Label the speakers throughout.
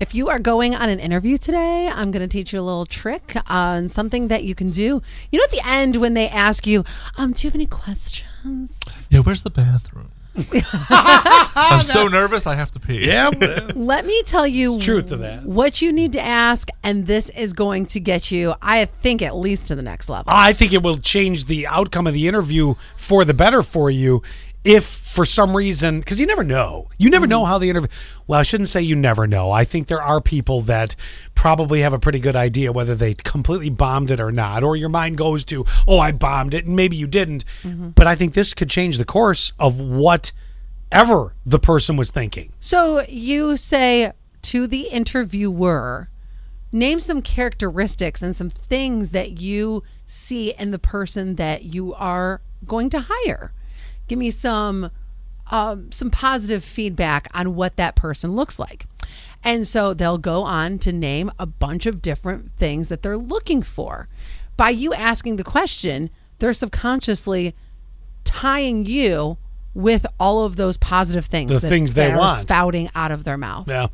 Speaker 1: If you are going on an interview today, I'm going to teach you a little trick on something that you can do. You know, at the end when they ask you, um, "Do you have any questions?"
Speaker 2: Yeah, where's the bathroom? I'm so nervous. I have to pee.
Speaker 3: Yeah.
Speaker 1: Let me tell you
Speaker 3: There's truth to that.
Speaker 1: what you need to ask, and this is going to get you, I think, at least to the next level.
Speaker 3: I think it will change the outcome of the interview for the better for you if for some reason because you never know you never know how the interview well i shouldn't say you never know i think there are people that probably have a pretty good idea whether they completely bombed it or not or your mind goes to oh i bombed it and maybe you didn't but i think this could change the course of whatever the person was thinking
Speaker 1: So you say to the interviewer, name some characteristics and some things that you see in the person that you are going to hire. Give me some um, some positive feedback on what that person looks like. And so they'll go on to name a bunch of different things that they're looking for. By you asking the question, they're subconsciously tying you with all of those positive things
Speaker 3: The things they
Speaker 1: are
Speaker 3: want.
Speaker 1: spouting out of their mouth.
Speaker 3: Yeah.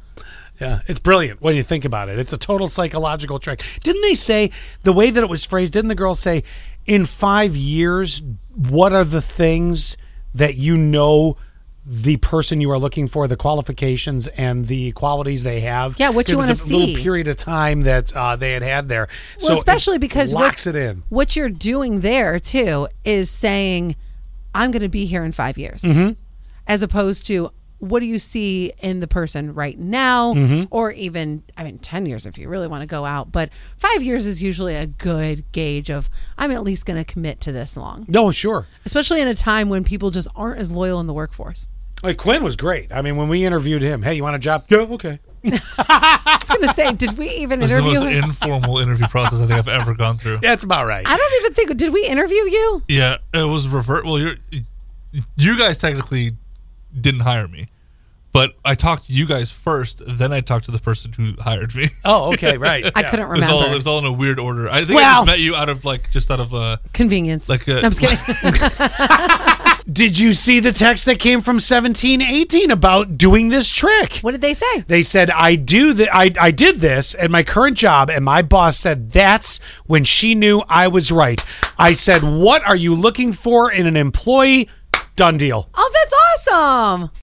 Speaker 3: Yeah. It's brilliant when you think about it. It's a total psychological trick. Didn't they say the way that it was phrased, didn't the girl say, in five years, what are the things that you know the person you are looking for, the qualifications and the qualities they have?
Speaker 1: Yeah, what you
Speaker 3: There was
Speaker 1: wanna
Speaker 3: a
Speaker 1: see.
Speaker 3: little period of time that uh, they had had there.
Speaker 1: Well, especially because what-
Speaker 3: locks it in.
Speaker 1: What you're doing there too is saying, "I'm going to be here in five years,"
Speaker 2: Mm-hmm.
Speaker 1: as opposed to what do you see in the person right now,
Speaker 2: Mm-hmm.
Speaker 1: or even I mean, ten years if you really want to go out. But five years is usually a good gauge of I'm at least going to commit to this long,
Speaker 3: No, sure.
Speaker 1: especially in a time when people just aren't as loyal in the workforce.
Speaker 3: Like Quinn was great. I mean, when we interviewed him, hey, you want a job? Yeah, okay.
Speaker 1: I was going to say, did we even
Speaker 2: This is the
Speaker 1: interview?
Speaker 2: most
Speaker 1: him?
Speaker 2: informal interview process I think I've ever gone through.
Speaker 3: That's about right.
Speaker 1: I don't even think did we interview you?
Speaker 2: Yeah, it was revert. Well, you're, you guys technically didn't hire me, but I talked to you guys first. Then I talked to the person who hired me.
Speaker 3: Oh, okay, right.
Speaker 1: I
Speaker 3: Yeah.
Speaker 1: couldn't
Speaker 2: It was
Speaker 1: remember.
Speaker 2: all it was all in a weird order. I think I
Speaker 3: Well-
Speaker 2: just met you out of like just out of uh
Speaker 1: Convenience.
Speaker 2: Like a-
Speaker 1: No, I'm just kidding.
Speaker 3: Did you see the text that came from 1718 about doing this trick?
Speaker 1: what did they say?
Speaker 3: They said I do that I I did this at my current job and my boss said that's when she knew I was right. I said, "What are you looking for in an employee?" Done deal.
Speaker 1: Oh, that's awesome.